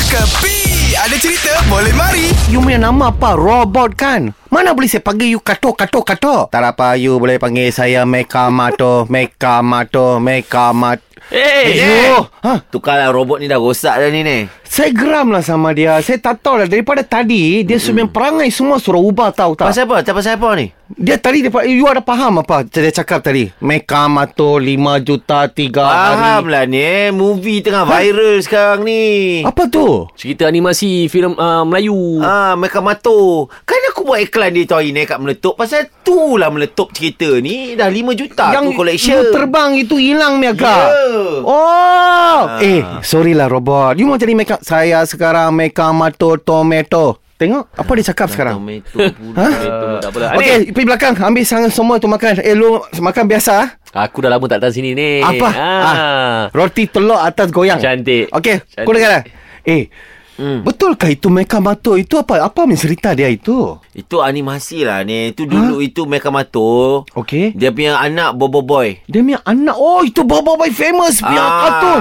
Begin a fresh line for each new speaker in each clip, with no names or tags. Kepi Ada cerita boleh mari
You punya nama apa? Robot kan? Mana boleh saya panggil you kato kato kato? Tak apa you boleh panggil saya Meka Mato, Meka Mato, Meka Mat.
Eh,
Eh, you. Ha,
Tukarlah robot ni dah rosak dah ni ni.
saya geram lah sama dia. Saya tak tahu lah daripada tadi dia suruh main perangai semua suruh ubah tahu tak?
Pasal apa? Tak pasal apa ni?
Dia tadi daripada you ada faham apa dia cakap tadi? Meka Mato 5 juta 3
Faham
hari.
lah ni eh. Movie tengah viral sekarang ni.
Apa tu?
Cerita animasi filem uh, Melayu.
Ah, mereka mato. Kan aku buat iklan dia tahun ni kat meletup. Pasal tu lah meletup cerita ni. Dah 5 juta
yang
tu collection.
you terbang itu hilang Mega.
Ya.
Oh.
Ah.
Eh, sorry lah robot. You mau jadi Mega saya sekarang Mega Mato Tomato. Tengok apa dia cakap sekarang.
Tomato pula.
Ha?
Itu tak apalah. Adik,
Okey, pergi belakang ambil sang semua tu makan. Eh lu makan biasa ah.
aku dah lama tak datang sini ni.
Eh,
Apa?
Ah.
Ah. Roti telur atas goyang.
Cantik.
Okey,
Cantik.
kau dengar. dah? Eh,
Hmm.
Betulkah itu Mega Mato itu apa apa punya cerita dia itu?
Itu animasi lah ni. Itu dulu ha? itu mereka mato.
Okey.
Dia punya anak Bobo Boy.
Dia punya anak Oh itu Bobo Boy famous punya
Ah.
kartun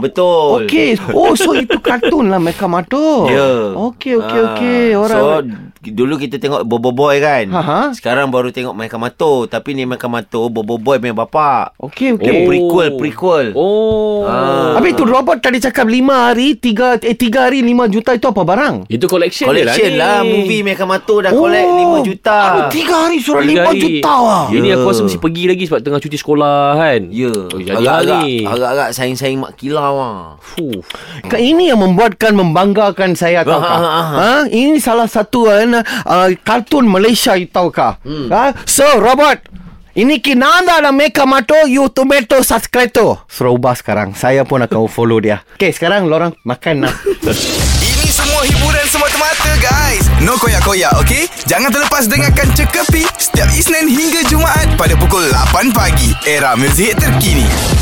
Betul.
Okey. Oh, so itu kartun lah Meka Mato.
Ya.
Okey, okey,
Ah,
okey.
So,
Orang.
dulu kita tengok Bobo Boy kan.
Ha, ha.
Sekarang baru tengok Maika Mato. Tapi ni Maika Mato, Bobo Boy punya bapak.
okey, okey.
Dia prequel, prequel.
Oh.
Ah.
Habis tu robot tadi cakap 5 hari 3 eh 3 hari 5 juta itu apa barang?
Itu collection,
Collection
dia
lah,
lah, ni.
movie Maika Mato dah collect
Oh.
5 juta.
Habis 3 hari surah 5
Tiga hari.
juta lah.
Ini
Ya.
aku rasa mesti pergi lagi sebab tengah cuti sekolah kan.
Ya.
Oh, jadi hari
Agak-agak
ni.
agak-agak saing-saing mak kilau ah.
Fuh.
Ke- Ini yang membuatkan membanggakan saya tahukah?
Ah, ah,
Ha? Ini salah satu kan, uh, kartun Malaysia you tahukah? Hmm. Ha? So robot Iniki nanda na meka mato you tomato subscribe Suruh ubah sekarang. Saya pun akan follow dia. Okay, sekarang lorang makan lah.
Ini semua hiburan semata-mata guys No koyak-koyak ok Jangan terlepas dengarkan Cekapi Setiap Isnin hingga Jumaat Pada pukul 8 pagi Era muzik terkini